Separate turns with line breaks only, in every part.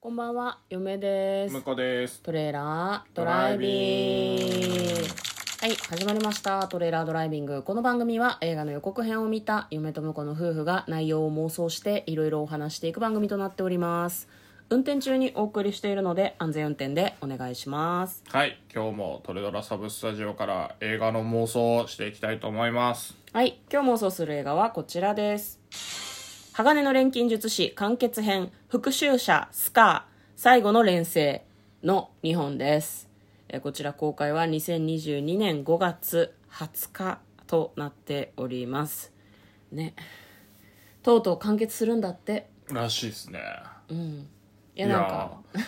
こんばんは、嫁です
向。こうです。
トレーラードライビング。
ドライビング
はい、始まりました。トレーラードライビング。この番組は映画の予告編を見た嫁と婿の夫婦が内容を妄想していろいろお話していく番組となっております。運転中にお送りしているので安全運転でお願いします。
はい、今日もトレドラサブスタジオから映画の妄想をしていきたいと思います。
はい、今日妄想する映画はこちらです。鋼の錬金術師完結編、復讐者スカー、最後の錬成の2本です。えーこちら公開は2022年5月20日となっております。ね。とうとう完結するんだって。
らしいですね。
いや、なんか、
いや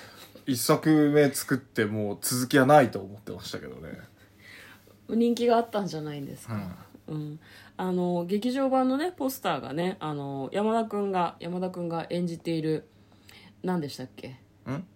ー一作目作ってもう続きはないと思ってましたけどね。
人気があったんじゃないんです
う
か。
ん。
うん、あの劇場版のねポスターがねあの山田くんが山田くんが演じている何でしたっけ
ん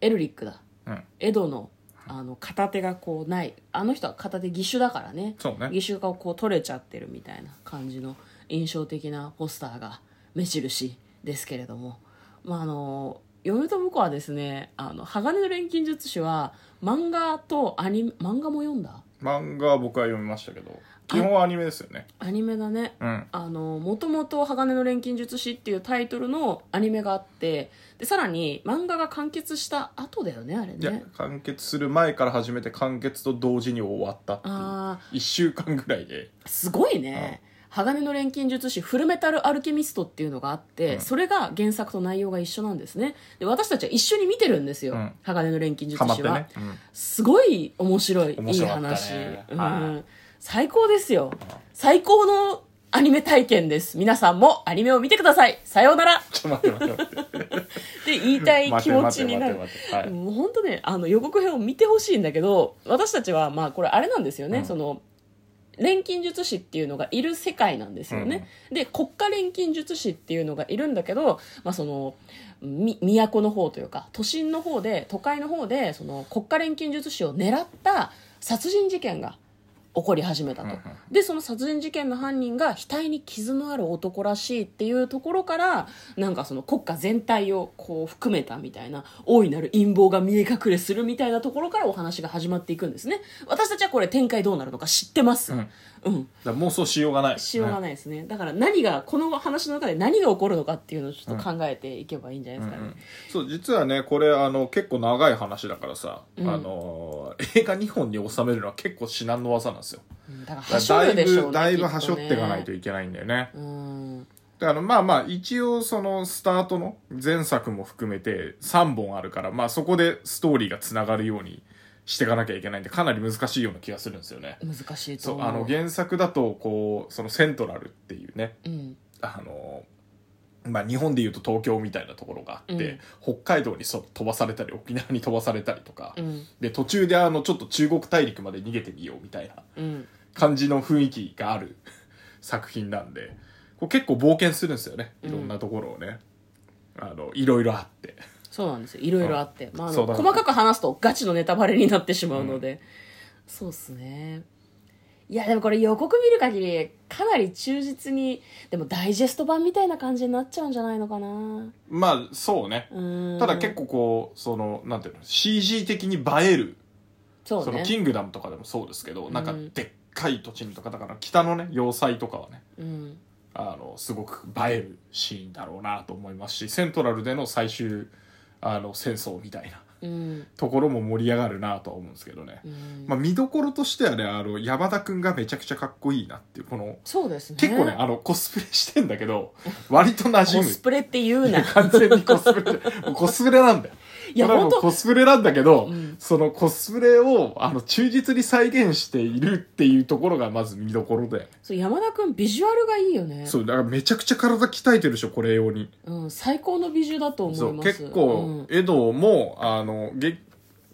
エルリックだ
うん。
エドのあの片手がこうないあの人は片手義手だからね
そうね
義手がこう取れちゃってるみたいな感じの印象的なポスターが目印ですけれども、まあ、あの嫁と婿はですね「あの鋼の錬金術師」は漫画とアニメ漫画も読んだ
漫画は僕は読みましたけど、基本はアニメですよね。
アニメだね
うん。
あの、もともと鋼の錬金術師っていうタイトルのアニメがあって、で、さらに漫画が完結した後だよね、あれ
いや
ね。、
完結する前から始めて完結と同時に終わったっていう。
あ
一週間ぐらいで。
ーすごいね。鋼の錬金術師フルメタルアルケミストっていうのがあって、
うん
それが原作と内容が一緒なんですね。で、私たちは一緒に見てるんですよ。
うん
鋼の錬金術
ハマっ
師
て
は。
ね。うん
すごい面白い、
面
いい
白かったね
話、うん
はい
最高ですよ。最高のアニメ体験です。皆さんもアニメを見てください。さようなら。
ちょっと待って待って待って。
って言いたい 気持ちになる
待て待て待て待てはい。
もう本当ねあの予告編を見てほしいんだけど私たちはまあこれあれなんですよね、
うん
その錬金術師っていうのがいる世界なんですよね、で国家錬金術師っていうのがいるんだけど、まあ、そのみ都の方というか都心の方で都会の方でその国家錬金術師を狙った殺人事件が起こり始めたと、
うんうん
でその殺人事件の犯人が額に傷のある男らしいっていうところからなんかその国家全体をこう含めたみたいな大いなる陰謀が見え隠れするみたいなところからお話が始まっていくんですね私たちはこれ展開どうなるのか知ってます、
うん
うん、
だから妄想しようがない。
しようが
い。
ないですね、だから何がこの話の中で何が起こるのかっていうのをちょっと考えていけばいいんじゃないですかね、
そう実はねこれあの結構長い話だからさ、
うん
あのー映画2本に収めるのは結構至難の技なんですよ
うんだから
だ
はしょ
か
る
ら
で
だい
しょう
ぶ
ね
だいぶ
きっとね
はしょっていかないといけないんだよね
うん
だからまあまあ一応そのスタートの前作も含めて3本あるからまあそこでストーリーがつながるようにしていかなきゃいけないんでかなり難しいような気がするんですよね
難しいと
そう
思う
あの原作だとこうそのセントラルっていうね
うん
あのまあ、日本でいうと東京みたいなところがあって、
うん
北海道にそ飛ばされたり沖縄に飛ばされたりとか、
うん
で途中であのちょっと中国大陸まで逃げてみようみたいな
うん
感じの雰囲気がある作品なんでこう結構冒険するんですよねいろんなところをね、あのいろいろあって
そうなんですよいろいろあって、まあ、あ
そ
の
うだね
細かく話すとガチのネタバレになってしまうので、そうっすねいやでもこれ予告見る限りかなり忠実にでもダイジェスト版みたいな感じになっちゃうんじゃないのかな
まあそうね
うん
ただ結構こうそのなんていうの CG 的に映える
そう
その
ね
キングダムとかでもそうですけど、なんか
うん
でっかい土地にとかだから北のね要塞とかはね
うん
あのすごく映えるシーンだろうなと思いますしセントラルでの最終あの戦争みたいな
うん
ところも盛り上がるなとは思うんですけどね、
うん
まあ、見どころとしてはねあの山田君がめちゃくちゃかっこいいなっていうこの
そうですね
結構ねあのコスプレしてんだけど割と馴染
コ
む
スプレって言う
い
な
や完全にコスプレもうコスプレなんだよ
いや
これはもう
本当
コスプレなんだけど、
うん
そのコスプレをあの忠実に再現しているっていうところがまず見どころで、
そう山田君ビジュアルがいいよね
そうだからめちゃくちゃ体鍛えてるでしょこれ用に
うん、最高の美女だと思
そ
いうます
結構、エドもあのげ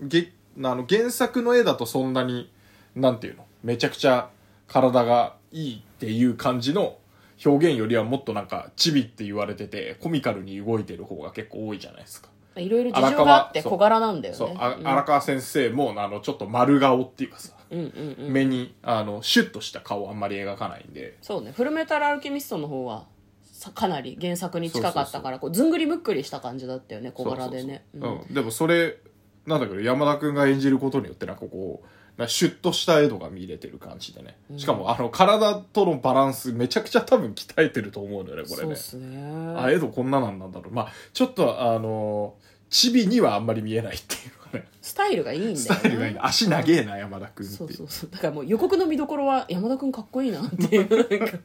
げあの原作の絵だとそんなになんていうのめちゃくちゃ体がいいっていう感じの表現よりはもっとなんかチビって言われててコミカルに動いてる方が結構多いじゃないですか、
うんいろいろ事情があって
荒川
小柄なんだよね
そうあ
うん
荒川先生もあのちょっと丸顔っていうかさ、
うんうんうん
目にあのシュッとした顔あんまり描かないんで
そうねフルメタルアルケミストの方はさかなり原作に近かったからこうずんぐりむっくりした感じだったよね小柄でね
そうそうそううんでもそれなんだけど山田君が演じることによってなんかこうなんかシュッとした絵度が見れてる感じでねしかもあの体とのバランスめちゃくちゃ多分鍛えてると思うのよねこれ
そう
ね
っすね
あ絵度こんななんなんだろうまあちょっとあのチビにはあんまり見えないっていうかね
スタイルがいいんだよね
スタイルがいいな足長えな山田君ってい
そうそうそうだからもう予告の見どころは山田君かっこいいなっていうなんか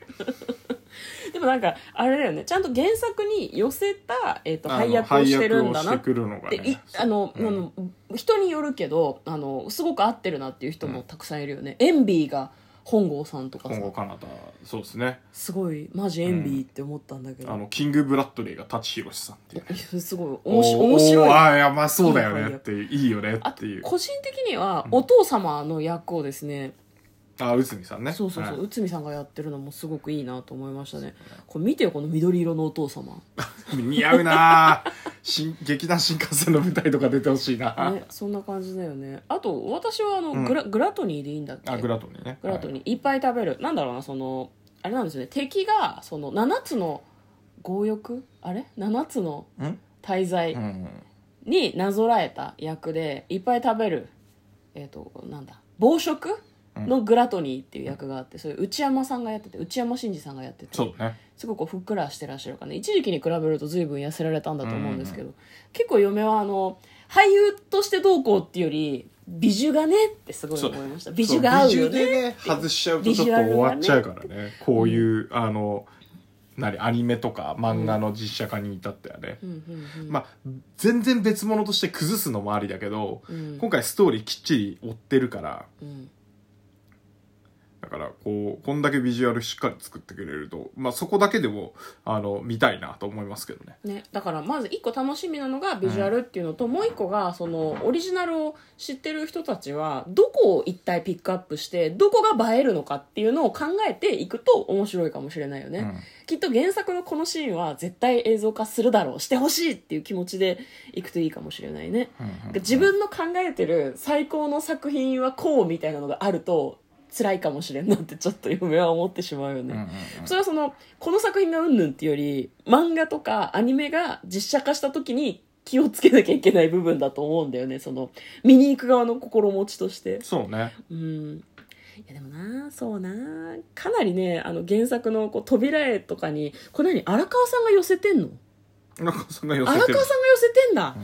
でもなんかあれだよねちゃんと原作に寄せた、えー、と
あの
配役をしてるんだ
配役
な
をし
って
くるのが
てい
ね
あの、
うん
あの人によるけどあのすごく合ってるなっていう人もたくさんいるよね、エンビーが本郷さんとかさ
今後カナダそうですね
すごいマジエンビーって思ったんだけど、
あのキング・ブラッドレーが舘ひろしさんっていうね
いやすごいおもし
おー
面白い
おーああいやまあそうだよ
いい
ね
よ
っていういいよね
あ
っていう
個人的にはお父様の役をですね、
あ内海さんね
そうそうそう、
は
内海さんがやってるのもすごくいいなと思いましたねこれ見てよこの緑色のお父様、
い似合うなー新劇団新幹線の舞台とか出てほしいな、
ね、そんな感じだよねあと私はあの、
うん
グラグラトニーでいいんだっけ
あグラトニーね
グラト
はい
ニーいっぱい食べるなんだろうなそのあれなんですよね敵がその7つの強欲あれ7つの
うん
滞在
うん
になぞらえた役でいっぱい食べるえっ、となんだ暴食のグラトニーっていう役があってそれ内山さんがやってて内山真二さんがやってて
そうだね
すごくこうふっくらしてらっしゃるからね一時期に比べると随分痩せられたんだと思うんですけど、結構嫁はあの俳優としてどうこうっていうより美女がねってすごい思いました美女が合うよ
そう美
ね
でね外しちゃうとちょっと終わっちゃうからねこういうあの何アニメとか漫画の実写化に至ってはね、
うんうんうん
まあ全然別物として崩すのもありだけど、
うん
今回ストーリーきっちり追ってるから
うん
だからこうこんだけビジュアルしっかり作ってくれると、まあ、そこだけでもあの見たいなと思いますけどね
ね、だからまず一個楽しみなのがビジュアルっていうのと、もう一個がそのオリジナルを知ってる人たちはどこを一体ピックアップしてどこが映えるのかっていうのを考えていくと面白いかもしれないよね、
うん
きっと原作のこのシーンは絶対映像化するだろうしてほしいっていう気持ちでいくといいかもしれないね、自分の考えてる最高の作品はこうみたいなのがあると辛いかもしれんなってちょっと嫁は思ってしまうよね、それはそのこの作品がうんぬんっていうより漫画とかアニメが実写化した時に気をつけなきゃいけない部分だと思うんだよねその見に行く側の心持ちとして
そうね
うんいやでもなそうなかなりねあの原作のこう扉絵とかにこれ何荒川さんが寄せてんの
なんかそんな寄せ
荒
てる
川さんが寄せてんだ、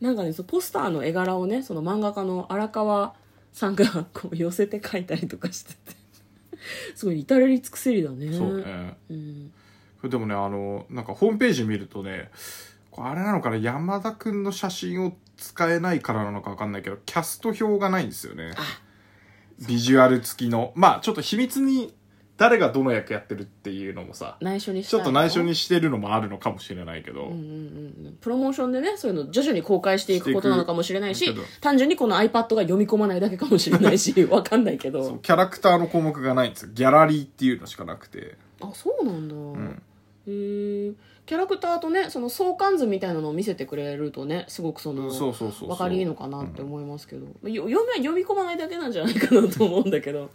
なんかねそのポスターの絵柄をねその漫画家の荒川さんがこう寄せて描いたりとかしててすごい至れり尽くせりだね
そうね
うん、
でもねあのなんかホームページ見るとねこれあれなのかな山田君の写真を使えないからなのか分かんないけどキャスト表がないんですよねビジュアル付きのまあちょっと秘密に誰がどの役やってるっていうのもさ
内緒にし
ち
た
ょ
い
っ
の
と内緒にしてるのもあるのかもしれないけど、
うんうんうんうんプロモーションでねそういうの徐々に公開していくことなのかもしれない
して
し
いくけ
単純にこの iPad が読み込まないだけかもしれないし わかんないけ
そう
ど
キャラクターの項目がないんですよギャラリーっていうのしかなくて
あそうなんだ、
ん
へえキャラクターとねその相関図みたいなのを見せてくれるとねすごくその
そうそうそうそう
分かりいいのかなって思いますけど、よ読め読み込まないだけなんじゃないかなと思うんだけど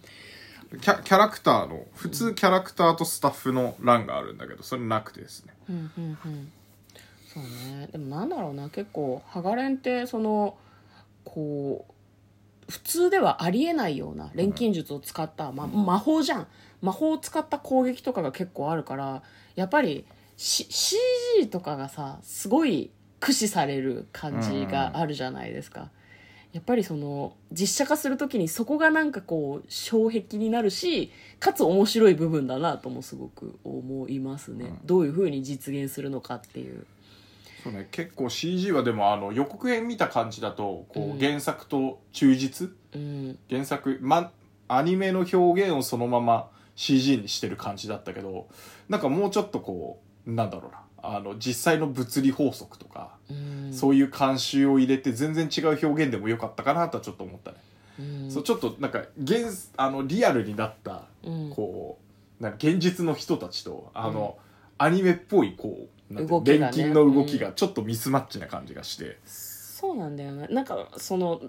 キャキャラクターの普通キャラクターとスタッフの欄があるんだけどそれなくてですね
うんうんうんそうねでもなんだろうな結構ハガレンってそのこう普通ではありえないような錬金術を使った、ま、魔法じゃん魔法を使った攻撃とかが結構あるからやっぱり、C、CG とかがさすごい駆使される感じがあるじゃないですか、やっぱりその実写化するときにそこがなんかこう障壁になるしかつ面白い部分だなともすごく思いますね、どういうふうに実現するのかっていう
そうね結構 CG はでもあの予告編見た感じだとこ
うん
う原作と忠実、
うん
原作、ま、アニメの表現をそのまま CG にしてる感じだったけどなんかもうちょっとこうなんだろうなあの実際の物理法則とか、
うん
そういう慣習を入れて全然違う表現でもよかったかなとはちょっと思ったね、
うん
そうちょっとなんか現あのリアルになった
うん
こうなんか現実の人たちとあの、アニメっぽいこうなんて
動きがね
錬金の動きがちょっとミスマッチな感じがして、
そうなんだよねなんかその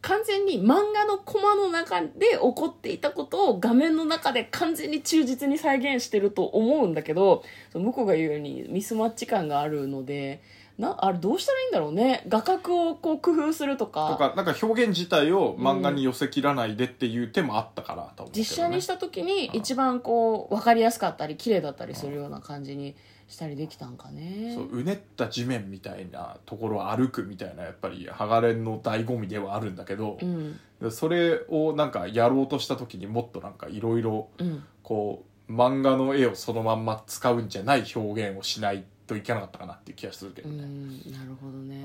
完全に漫画のコマの中で起こっていたことを画面の中で完全に忠実に再現してると思うんだけどその向こうが言うようにミスマッチ感があるのでなあれどうしたらいいんだろうね画角をこう工夫するとか
とかなんか表現自体を漫画に寄せきらないでっていう手もあったから、多分けどね
実写にした時に一番こう分かりやすかったり綺麗だったりするような感じにしたりできたんかね
そううねった地面みたいなところを歩くみたいなやっぱりハガレンの醍醐味ではあるんだけど
う、ん
それをなんかやろうとした時にもっとなんかいろいろ
うん
こう漫画の絵をそのまんま使うんじゃない表現をしないといけなかったかなっていう気がするけ
う
どね。
んなるほどね、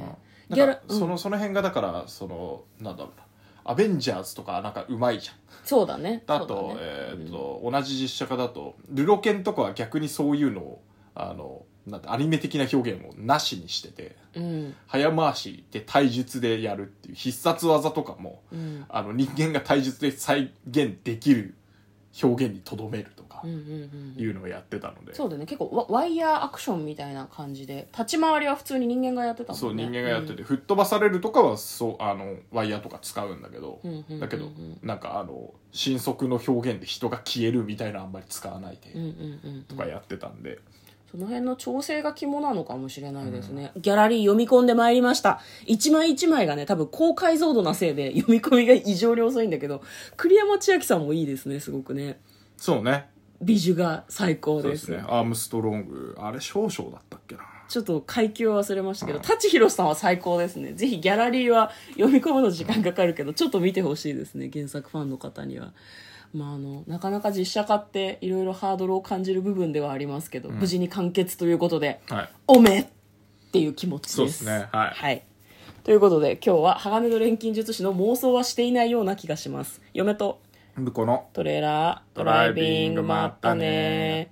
うん
ギャ
だ
ラ
からそのその辺がだからそのなんだろうな「アベンジャーズ」とかなんかうまいじゃん
そうだね
あ
そう
と,、
だね
えーっと同じ実写化だと「ルロケン」とかは逆にそういうのをあのなんてアニメ的な表現をなしにしてて
うん
早回しで体術でやるっていう必殺技とかも
うん
あの人間が体術で再現できる表現にとどめるとか
うんうんうん
いうのをやってたので、
そうだね結構ワワイヤーアクションみたいな感じで立ち回りは普通に人間がやってたもんね
そう人間がやってて、吹っ飛ばされるとかはそうあのワイヤーとか使うんだけど、
うんうんうんうん
だけどなんかあの新速の表現で人が消えるみたいなのあんまり使わないで、
うんうんうんうん
とかやってたんで、
その辺の調整が肝なのかもしれないですね、ギャラリー読み込んでまいりました一枚一枚がね多分高解像度なせいで読み込みが異常に遅いんだけど栗山千明さんもいいですねすごくね
そうね
美女が最高
そう
で
ですすねアームストロングあれ少々だったっけな
ちょっと階級は忘れましたけど舘ひろしさんは最高ですねぜひギャラリーは読み込むの時間かかるけどちょっと見てほしいですね原作ファンの方には。まあ、あのなかなか実写化っていろいろハードルを感じる部分ではありますけど、無事に完結ということで、
はい
おめっていう気持ちです。
そうですねはい
ということで今日は鋼の錬金術師の妄想はしていないような気がします。嫁と
向こうの
トレーラード
ドライビングまったね